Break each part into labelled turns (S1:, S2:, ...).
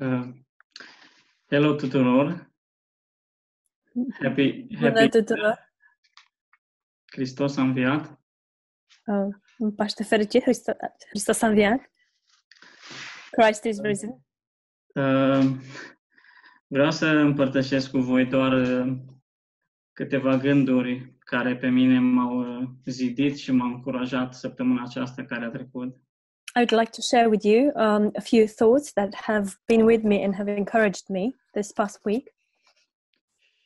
S1: Uh, hello tuturor! Happy,
S2: Bună
S1: happy
S2: tuturor!
S1: Hristos a înviat!
S2: Uh, În Paște fericit, Hristo- Hristos a înviat! Christ is risen!
S1: Uh, vreau să împărtășesc cu voi doar uh, câteva gânduri care pe mine m-au uh, zidit și m-au încurajat săptămâna aceasta care a trecut.
S2: I would like to share with you um, a few thoughts that have been with me and have encouraged me this past week.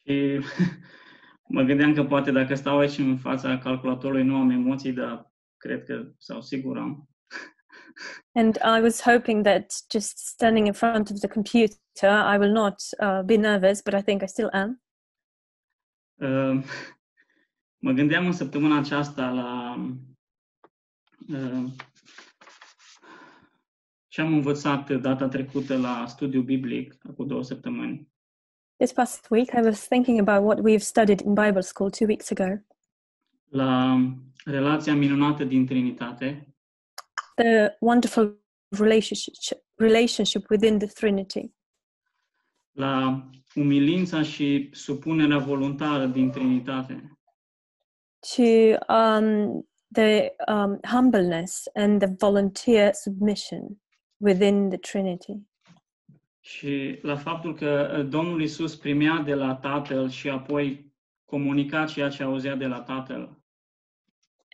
S1: Și mă gândeam că poate dacă stau aici în fața calculatorului nu am emoții, dar cred că, sau sigur am.
S2: And I was hoping that just standing in front of the computer, I will not uh, be nervous, but I think I still am.
S1: Uh, Mă gândeam în săptămâna aceasta la uh, ce am învățat data trecută la studiu biblic, acum două săptămâni.
S2: This past week, I was thinking about what we've studied in Bible school two weeks ago
S1: la relația minunată din Trinitate
S2: the wonderful relationship, relationship within the Trinity.
S1: la umilința și supunerea voluntară din Trinitate,
S2: to um, the um, humbleness and the volunteer submission within the Trinity,
S1: și la faptul că uh, Domnul Isus primea de la Tatăl și apoi comunica ceea ce auzea de la Tatăl.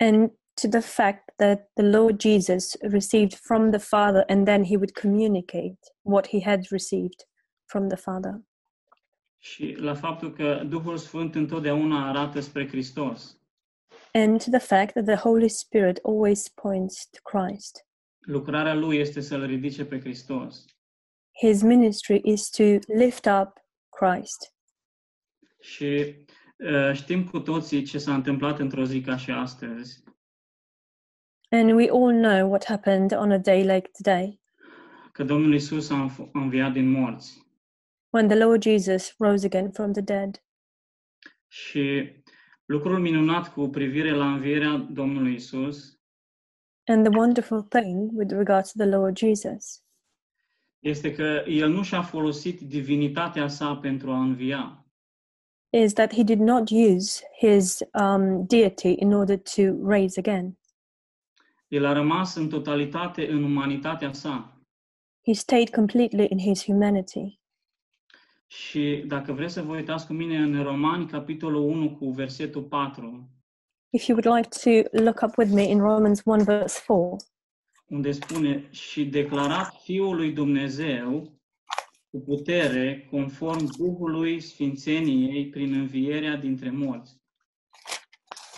S2: and to the fact that the Lord Jesus received from the Father and then he would communicate what he had received from the Father,
S1: Și la faptul că Duhul Sfânt întotdeauna arată spre Hristos.
S2: and to the fact that the Holy Spirit always points to Christ.
S1: Lucrarea lui este să-l ridice pe Hristos.
S2: His ministry is to lift up Christ.
S1: Și uh, știm cu toții ce s-a întâmplat într-o zi ca și astăzi.
S2: And we all know what happened on a day like today
S1: Că Domnul Isus a înf- a înviat din morți.
S2: when the Lord Jesus rose again from the dead.
S1: Și lucrul minunat cu privire la învierea Domnului Isus
S2: And the wonderful thing with regard to the Lord Jesus
S1: este că El nu și-a folosit divinitatea sa pentru a învia,
S2: is that he did not use his um, deity in order to raise again.
S1: El a rămas în totalitate în umanitatea sa.
S2: He stayed completely in his humanity.
S1: Și dacă vreți să vă uitați cu mine în Romani, capitolul 1 cu versetul 4,
S2: If you would like to look up with me in Romans 1, verse 4,
S1: unde spune și declarat Fiul lui Dumnezeu cu putere conform Duhului Sfințeniei prin învierea dintre morți.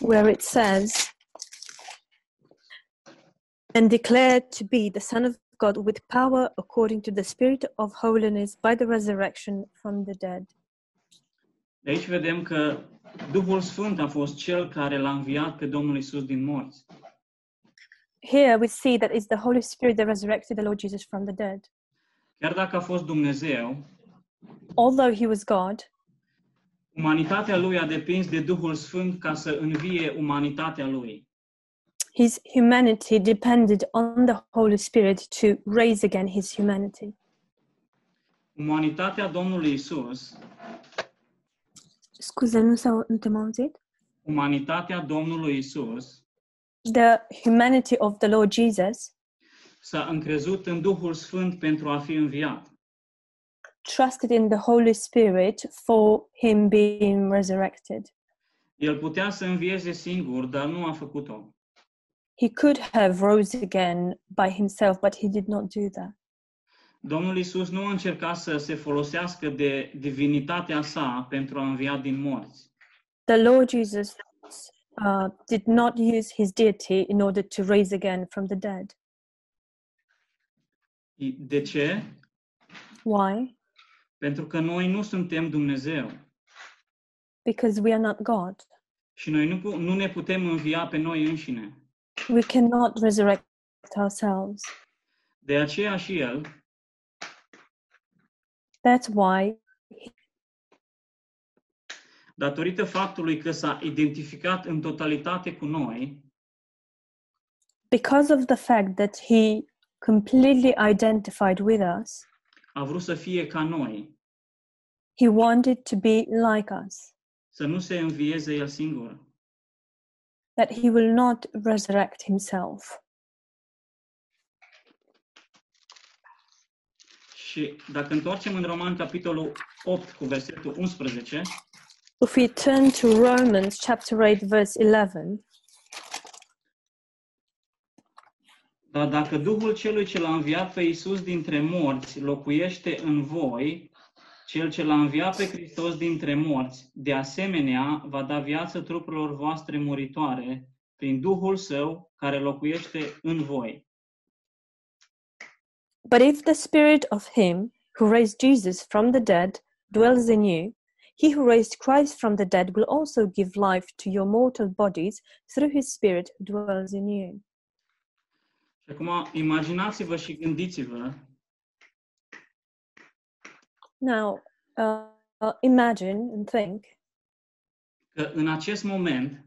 S2: where it says, And declared to be the Son of God with power according to the Spirit of holiness by the resurrection from the dead.
S1: De aici vedem că Duhul Sfânt a fost cel care l-a înviat pe Domnul Isus din morți.
S2: Here we see that it's the Holy Spirit that resurrected the Lord Jesus from the dead.
S1: Chiar dacă a fost Dumnezeu,
S2: although he was God,
S1: umanitatea lui a depins de Duhul Sfânt ca să învie umanitatea lui.
S2: his humanity depended on the Holy Spirit to raise again his humanity.
S1: Umanitatea Domnului Isus,
S2: Scuze, nu s-au nu te-am auzit?
S1: umanitatea Domnului Isus
S2: The humanity of the Lord Jesus
S1: s-a încrezut în Duhul Sfânt pentru a fi înviat.
S2: trusted in the Holy Spirit for him being resurrected.
S1: El putea să învieze singur, dar nu a făcut-o.
S2: He could have rose again by himself, but he did not do that.
S1: Domnul Isus nu a încercat să se folosească de divinitatea sa pentru a învia din morți.
S2: The Lord Jesus uh, did not use his deity in order to raise again from the dead.
S1: De ce?
S2: Why?
S1: Pentru că noi nu suntem Dumnezeu
S2: Because we are not God.
S1: și noi nu, pu- nu ne putem învia pe noi înșine.
S2: we cannot resurrect ourselves.
S1: De aceea și El
S2: That's why,
S1: datorită faptului că s-a identificat în totalitate cu noi,
S2: because of the fact that he completely identified with us,
S1: a vrut să fie ca noi,
S2: He wanted to be like us,
S1: să nu se învieze el singur.
S2: that he will not resurrect himself.
S1: Și dacă întoarcem în Roman, capitolul 8, cu versetul 11,
S2: If we turn to Romans chapter 8, verse 11,
S1: Dar dacă Duhul celui ce l-a înviat pe Iisus dintre morți locuiește în voi, cel ce l-a înviat pe Hristos dintre morți, de asemenea, va da viață trupurilor voastre muritoare prin Duhul Său care locuiește în voi.
S2: But if the spirit of him who raised Jesus from the dead dwells in you, he who raised Christ from the dead will also give life to your mortal bodies through his spirit who dwells in you.
S1: Și acum imaginați-vă și gândiți-vă
S2: Now, uh, uh, imagine and think
S1: că în acest moment,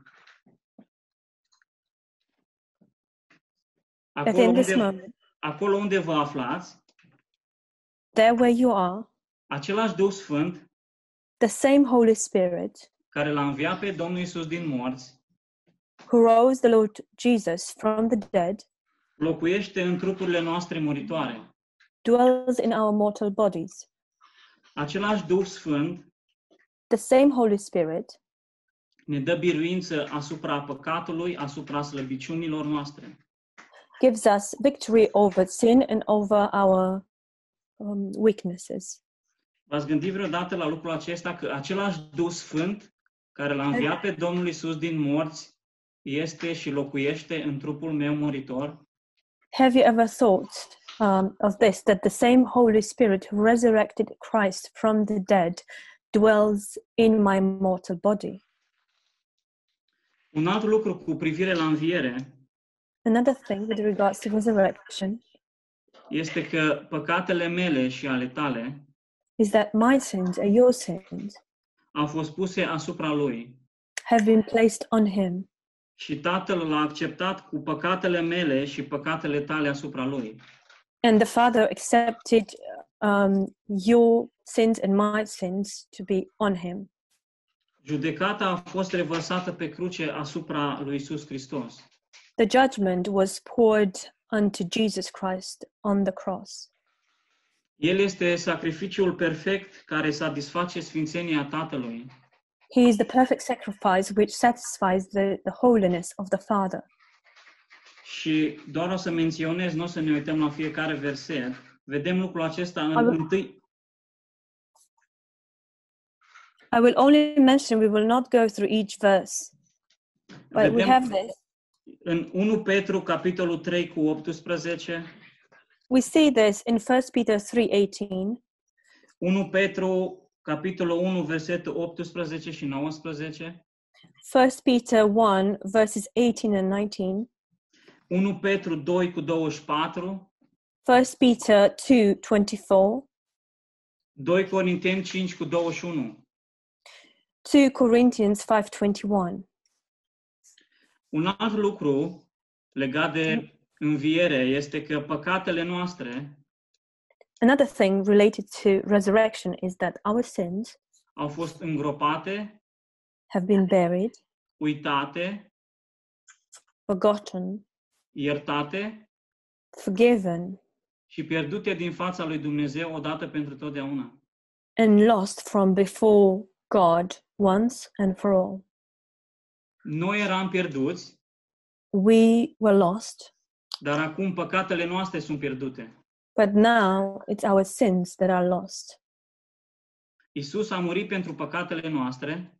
S2: that
S1: acolo
S2: in this
S1: unde,
S2: moment,
S1: acolo unde vă aflați,
S2: there where you are,
S1: același Duh Sfânt
S2: the same Holy Spirit
S1: care l-a înviat pe Domnul Iisus din morți,
S2: who rose the Lord Jesus from the dead
S1: locuiește în trupurile noastre muritoare.
S2: dwells in our mortal bodies.
S1: Același Duh Sfânt
S2: The same Holy Spirit
S1: ne dă biruință asupra păcatului, asupra slăbiciunilor noastre.
S2: gives us victory over sin and over our um, weaknesses.
S1: V-ați gândit vreodată la lucrul acesta că același Duh Sfânt care l-a înviat pe Domnul Iisus din morți este și locuiește în trupul meu muritor?
S2: Have you ever thought um, of this that the same Holy Spirit who resurrected Christ from the dead dwells in my mortal body?
S1: Un alt lucru cu privire la înviere
S2: Another thing with regards to resurrection
S1: este că păcatele mele și ale tale
S2: is that my sins are your sins,
S1: au fost puse asupra lui.
S2: have been placed on him,
S1: Și tatăl l-a acceptat cu păcatele mele și păcatele tale asupra lui.
S2: and the Father accepted um, your sins and my sins to be on him.
S1: Judecata a fost revărsată pe cruce asupra lui Isus Hristos.
S2: The judgment was poured unto Jesus Christ on the cross.
S1: El este sacrificiul perfect care satisface sfințenia Tatălui.
S2: He is the perfect sacrifice which satisfies the, the holiness of the Father.
S1: Și doar o să menționez, nu o să ne uităm la fiecare verset, vedem lucrul acesta în
S2: Alo.
S1: întâi,
S2: I will only mention, we will not go through each verse, but Păi, we have
S1: vedem
S2: this.
S1: în 1 Petru, capitolul 3 cu 18,
S2: We see this in 1 Peter 3.18,
S1: 1 Petru, capitolul 1, versetul 18 și 19,
S2: 1 Peter 1, verses 18 and 19,
S1: 1 Petru 2 cu 24,
S2: 1 Peter 2, 24,
S1: 2 Corinteni 5 cu 21.
S2: 2 Corinthians 5.21.
S1: Un alt lucru legat de înviere este că păcatele noastre
S2: Another thing related to resurrection is that our sins
S1: au fost îngropate,
S2: have been buried,
S1: uitate,
S2: forgotten,
S1: iertate
S2: forgiven,
S1: și pierdute din fața lui Dumnezeu odată pentru totdeauna.
S2: and lost from before God once and for all.
S1: Noi eram pierduți,
S2: We were lost,
S1: dar acum păcatele noastre sunt pierdute.
S2: but now it's our sins that are lost.
S1: Isus a murit pentru păcatele noastre,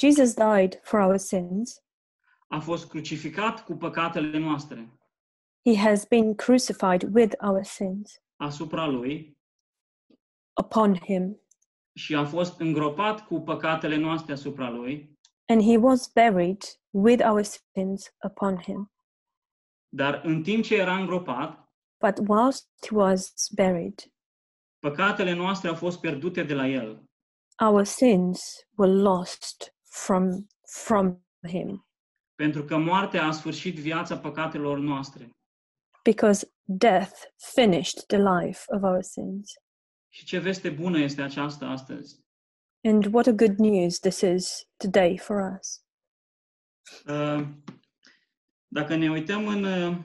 S2: Jesus died for our sins.
S1: a fost crucificat cu păcatele noastre
S2: He has been crucified with our sins
S1: asupra lui
S2: upon him,
S1: și a fost îngropat cu păcatele noastre asupra lui
S2: and he was buried with our sins upon him.
S1: Dar în timp ce era îngropat,
S2: But whilst he was buried,
S1: păcatele noastre au fost pierdute de la el.
S2: our sins were lost from from him
S1: Pentru că moartea a sfârșit viața păcatelor noastre
S2: because death finished the life of our sins
S1: Și ce veste bună este aceasta astăzi.
S2: And what a good news this is today for us.
S1: Uh, Dacă ne uităm în uh,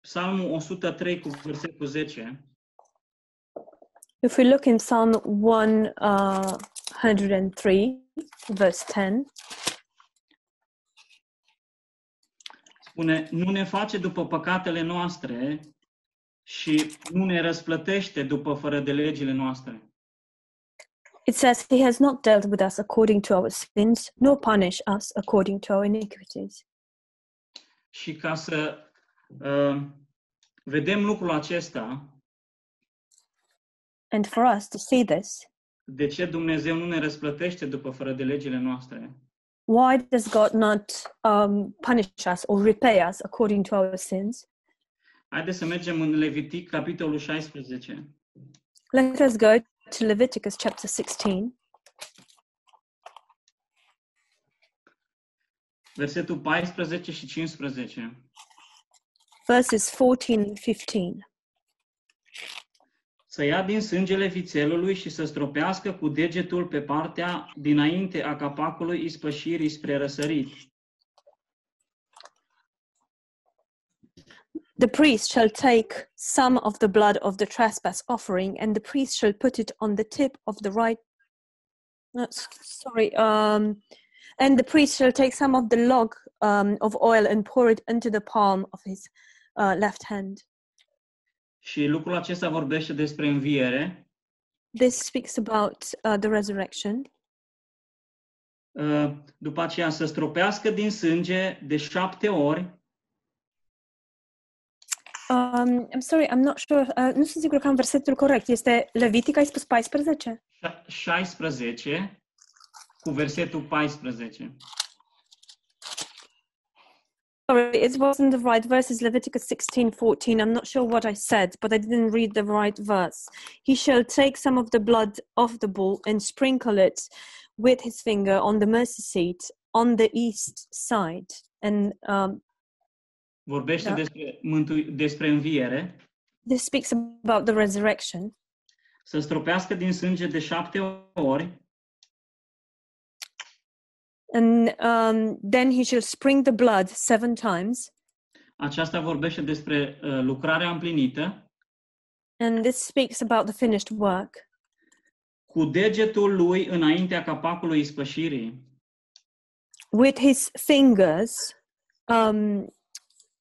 S1: Psalmul 103 cu versetul 10,
S2: If we look in Psalm uh, 103, verse 10,
S1: spune, nu ne face după păcatele noastre și nu ne răsplătește după fără de legile noastre.
S2: it says, He has not dealt with us according to our sins, nor punished us according to our iniquities.
S1: Și ca să uh, vedem lucrul acesta,
S2: And for us to see this,
S1: de ce Dumnezeu nu ne răsplătește după fără de legile noastre,
S2: why does God not um, punish us or repay us according to our sins?
S1: haideți să mergem în Levitic, capitolul 16.
S2: Let us go to Leviticus chapter 16,
S1: Versetul 14 și 15.
S2: verses 14 and 15.
S1: Să ia din sângele vițelului și să stropească cu degetul pe partea dinainte a capacului ispășirii spre răsărit.
S2: The priest shall take some of the blood of the trespass offering, and the priest shall put it on the tip of the right. no, s- sorry. Um, and the priest shall take some of the log um, of oil and pour it into the palm of his uh, left hand.
S1: Și lucrul acesta vorbește despre înviere.
S2: This speaks about uh, the resurrection.
S1: Uh, După aceea să stropească din sânge de șapte ori
S2: Um, I'm sorry, I'm not sure. Uh, nu sunt sigură că am versetul corect. Este Levitic, ai spus 14?
S1: șa- 16 cu versetul 14.
S2: Sorry, it wasn't the right verse. It's Leviticus 16, 14. I'm not sure what I said, but I didn't read the right verse. He shall take some of the blood of the bull and sprinkle it with his finger on the mercy seat on the east side. And um,
S1: Vorbește
S2: Da.
S1: despre, mântu- despre înviere.
S2: this speaks about the resurrection.
S1: Să stropească din sânge de șapte ori
S2: And um, then he shall spring the blood seven times.
S1: Aceasta vorbește despre uh, lucrarea împlinită.
S2: And this speaks about the finished work.
S1: Cu degetul lui înaintea capacului ispășirii.
S2: with his fingers um,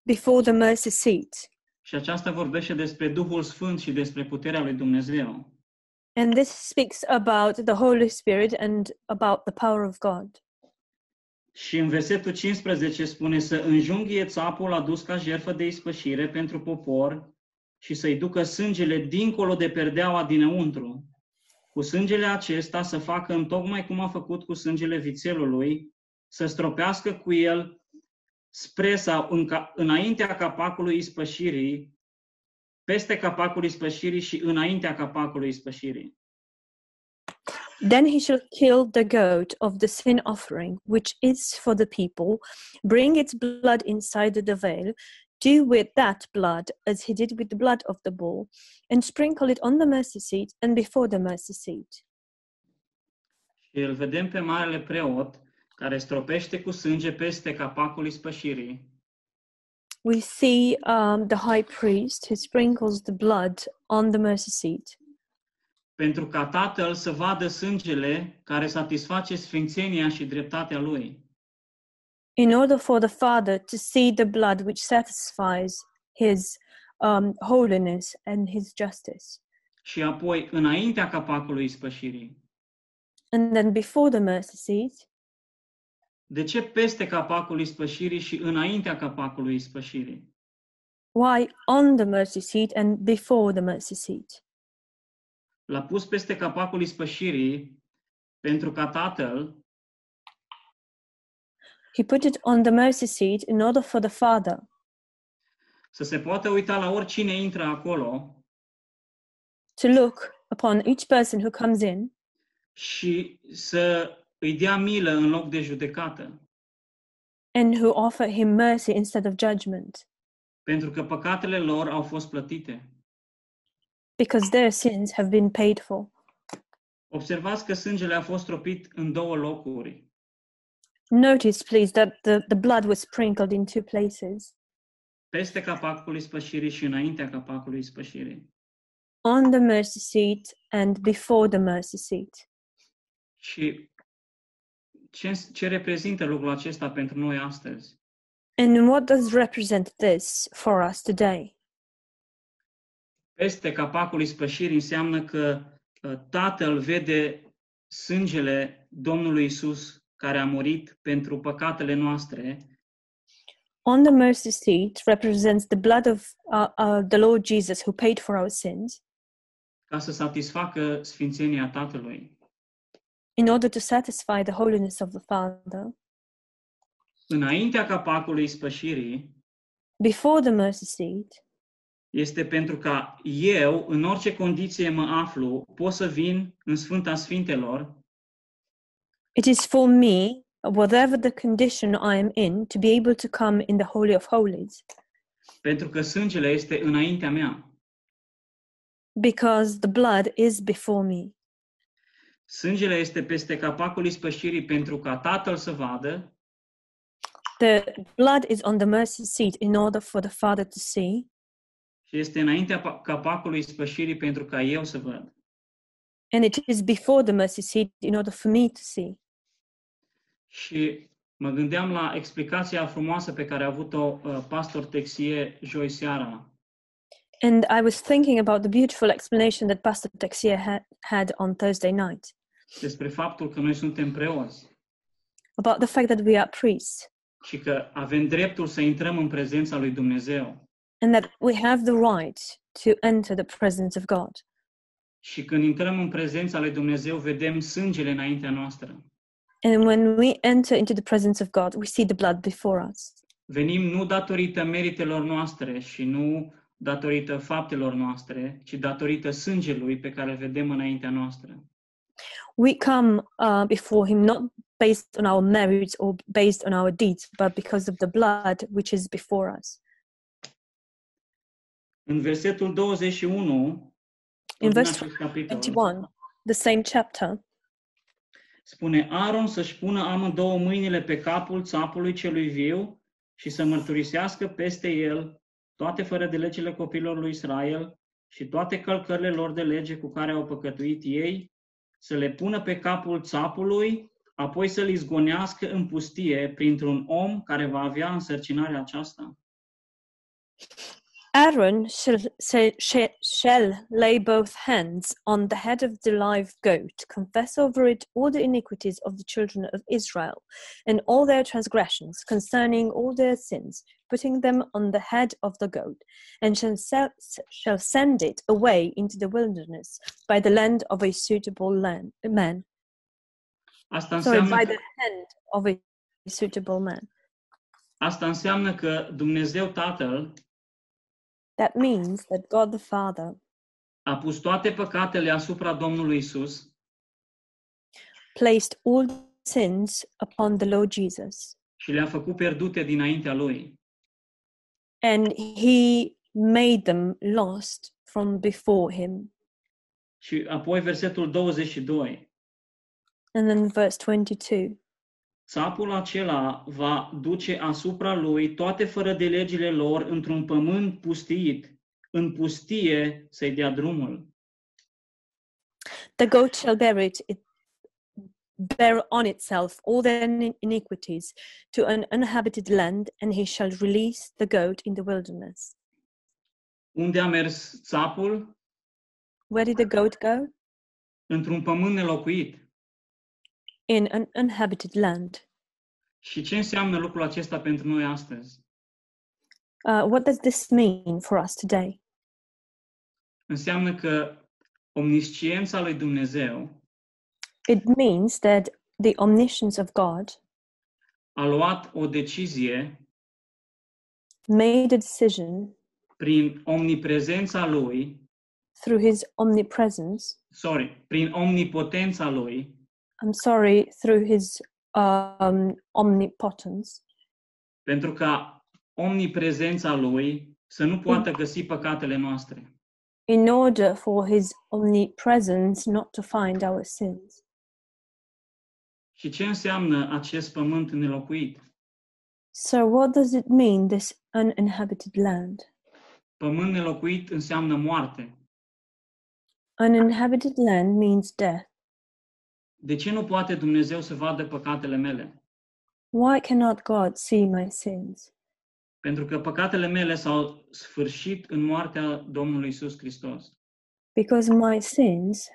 S2: before the mercy seat.
S1: Și aceasta vorbește despre Duhul Sfânt și despre puterea lui Dumnezeu.
S2: And this speaks about the Holy Spirit and about the power of God.
S1: Și în versetul 15 spune să înjunghie țapul adus ca jertfă de ispășire pentru popor și să-i ducă sângele dincolo de perdeaua dinăuntru. Cu sângele acesta să facă în tocmai cum a făcut cu sângele vițelului, să stropească cu el spre sau în ca, înaintea capacului ispășirii, peste capacul ispășirii și înaintea capacului ispășirii.
S2: Then he shall kill the goat of the sin offering, which is for the people, bring its blood inside the veil, do with that blood as he did with the blood of the bull, and sprinkle it on the mercy seat and before the mercy seat.
S1: Și îl vedem pe marele preot care stropește cu sânge peste capacul ispășirii.
S2: We see um, the high priest who sprinkles the blood on the mercy seat.
S1: pentru ca Tatăl să vadă sângele care satisface sfințenia și dreptatea Lui.
S2: in order for the Father to see the blood which satisfies his um, holiness and his justice.
S1: Și apoi, înaintea capacului ispășirii.
S2: And then before the mercy seat,
S1: De ce peste capacul ispășirii și înaintea capacului ispășirii?
S2: why on the mercy seat and before the mercy seat?
S1: L-a pus peste capacul ispășirii pentru ca Tatăl
S2: He put it on the mercy seat in order for the Father
S1: să se poată uita la oricine intră acolo
S2: to look upon each person who comes in
S1: și să îi dea milă în loc de judecată.
S2: and who offer him mercy instead of judgment,
S1: Pentru că păcatele lor au fost plătite.
S2: because their sins have been paid for.
S1: Observați că sângele a fost tropit în două locuri.
S2: Notice, please, that the, the blood was sprinkled in two places
S1: Peste capacul ispășirii și înaintea capacului ispășirii.
S2: on the mercy seat and before the mercy seat.
S1: Și ce, îns- ce reprezintă lucrul acesta pentru noi astăzi?
S2: And what does represent this for us today?
S1: Peste capacul ispășirii înseamnă că uh, Tatăl vede sângele Domnului Isus care a murit pentru păcatele noastre
S2: On the mercy seat represents the blood of uh, uh, the Lord Jesus who paid for our sins
S1: ca să satisfacă sfințenia Tatălui.
S2: in order to satisfy the holiness of the Father.
S1: Înaintea capacului ispășirii
S2: Before the mercy seat
S1: este pentru ca eu, în orice condiție mă aflu, pot să vin în Sfânta Sfintelor
S2: It is for me, whatever the condition I am in, to be able to come in the Holy of Holies,
S1: pentru că sângele este înaintea mea.
S2: because the blood is before me.
S1: Sângele este peste capacul ispășirii pentru ca Tatăl să vadă
S2: The blood is on the mercy seat in order for the Father to see,
S1: și este înaintea pa- capacului ispășirii pentru ca eu să văd.
S2: and it is before the mercy seat in order for me to see.
S1: Și mă gândeam la explicația frumoasă pe care a avut-o uh, pastor Texie joi seara.
S2: And I was thinking about the beautiful explanation that Pastor Texier had, had on Thursday night
S1: despre faptul că noi suntem preoți
S2: about the fact that we are priests
S1: și că avem dreptul să intrăm în prezența lui Dumnezeu.
S2: and that we have the right to enter the presence of God.
S1: Și când intrăm în prezența lui Dumnezeu, vedem sângele înaintea noastră.
S2: And when we enter into the presence of God, we see the blood before us.
S1: Venim nu datorită meritelor noastre și nu datorită faptelor noastre, ci datorită sângelui pe care îl vedem înaintea noastră.
S2: we come uh, before him not based on our merits or based on our deeds but because of the blood which is before us
S1: În versetul 21,
S2: In
S1: în
S2: vers-
S1: acest capitol,
S2: 21 the same chapter
S1: spune Aaron să-și pună amândouă mâinile pe capul țapului celui viu și să mărturisească peste el toate fără de legile copilor lui Israel și toate călcările lor de lege cu care au păcătuit ei, să le pună pe capul țapului, apoi să-l izgonească în pustie printr-un om care va avea însărcinarea aceasta.
S2: aaron shall, shall, shall lay both hands on the head of the live goat confess over it all the iniquities of the children of israel and all their transgressions concerning all their sins putting them on the head of the goat and shall, se- shall send it away into the wilderness by the land of a suitable land, man.
S1: Asta
S2: Sorry,
S1: înseamnă,
S2: by
S1: că,
S2: the hand of a suitable man.
S1: asta înseamnă că Dumnezeu Tatăl
S2: That means that God the Father
S1: a pus toate păcatele asupra Domnului Isus
S2: placed all sins upon the Lord Jesus,
S1: și le-a făcut pierdute dinaintea Lui.
S2: and he made them lost from before him.
S1: Și apoi versetul 22.
S2: And then verse 22
S1: Țapul acela va duce asupra lui toate fără de legile lor într-un pământ pustiit, în pustie să-i dea drumul.
S2: The goat shall bear it, it bear on itself all their in- iniquities to an uninhabited land, and he shall release the goat in the wilderness.
S1: Unde a mers țapul?
S2: Where did the goat go?
S1: Într-un pământ nelocuit.
S2: In an uninhabited land.
S1: Și ce înseamnă lucrul acesta pentru noi astăzi?
S2: Uh, what does this mean for us today?
S1: Înseamnă că omnisciența lui Dumnezeu
S2: It means that the omniscience of God
S1: a luat o decizie
S2: made a decision
S1: prin omniprezența lui,
S2: through his omnipresence,
S1: sorry, prin omnipotența lui,
S2: I'm sorry, through his um, omnipotence,
S1: pentru ca omniprezența Lui să nu poată găsi păcatele noastre.
S2: in order for his omnipresence not to find our sins.
S1: Și ce înseamnă acest pământ nelocuit?
S2: So, what does it mean, this uninhabited land?
S1: Pământ nelocuit înseamnă moarte.
S2: Uninhabited land means death.
S1: De ce nu poate Dumnezeu să vadă păcatele mele?
S2: Why cannot God see my sins?
S1: Pentru că păcatele mele s-au sfârșit în moartea Domnului Isus Hristos.
S2: Because my sins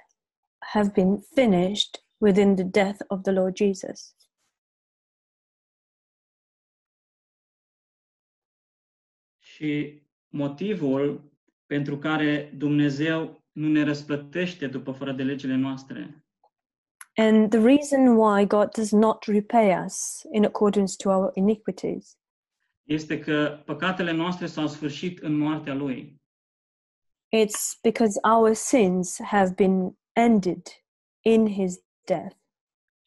S2: have been finished within the death of the Lord Jesus.
S1: Și motivul pentru care Dumnezeu nu ne răsplătește după fără de legile noastre
S2: And the reason why God does not repay us in accordance to our iniquities
S1: este că păcatele noastre s-au sfârșit în moartea Lui.
S2: It's because our sins have been ended in his death.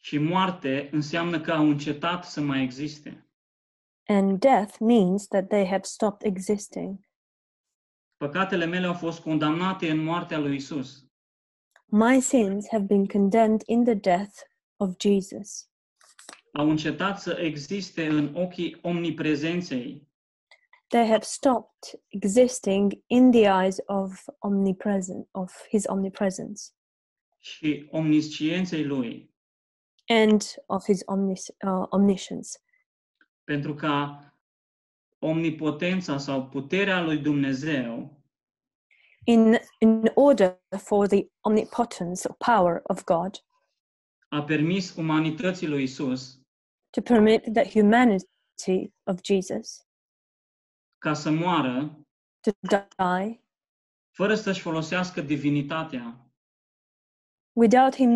S1: Și moarte înseamnă că au încetat să mai existe.
S2: And death means that they have stopped existing.
S1: Păcatele mele au fost condamnate în moartea lui Isus.
S2: My sins have been condemned in the death of Jesus.
S1: Au încetat să existe în ochii omniprezenței,
S2: They have stopped existing in the eyes of omnipresent of his omnipresence
S1: și omniscienței lui,
S2: and of his omnis, uh, omniscience
S1: pentru ca omnipotența sau puterea lui Dumnezeu
S2: in in order for the omnipotence or power of God
S1: a permis umanității lui Isus
S2: to permit that humanity of Jesus
S1: ca să moară
S2: to die
S1: fără să-și folosească divinitatea,
S2: without him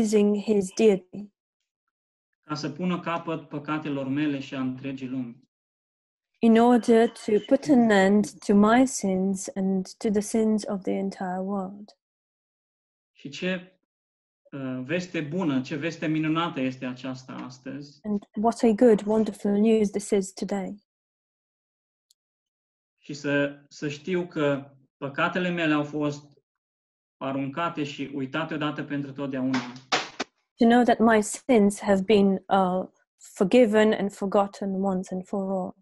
S2: using his deity
S1: ca să pună capăt păcatelor mele și a întregii lumi.
S2: in order to put an end to my sins and to the sins of the entire world.
S1: Și ce uh, veste bună, ce veste minunată este aceasta astăzi.
S2: And what a good, wonderful news this is today.
S1: Și să, să știu că păcatele mele au fost aruncate și uitate odată pentru totdeauna.
S2: To know that my sins have been uh, forgiven and forgotten once and for all,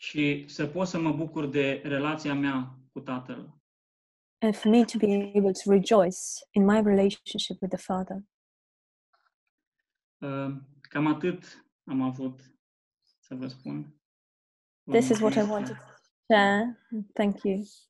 S1: Și să pot să mă bucur de relația mea cu Tatăl.
S2: and for me to be able to rejoice in my relationship with the Father.
S1: Uh, Cam atât am avut să vă spun. Vă
S2: This is what I
S1: mulțumesc.
S2: wanted to share. Thank you.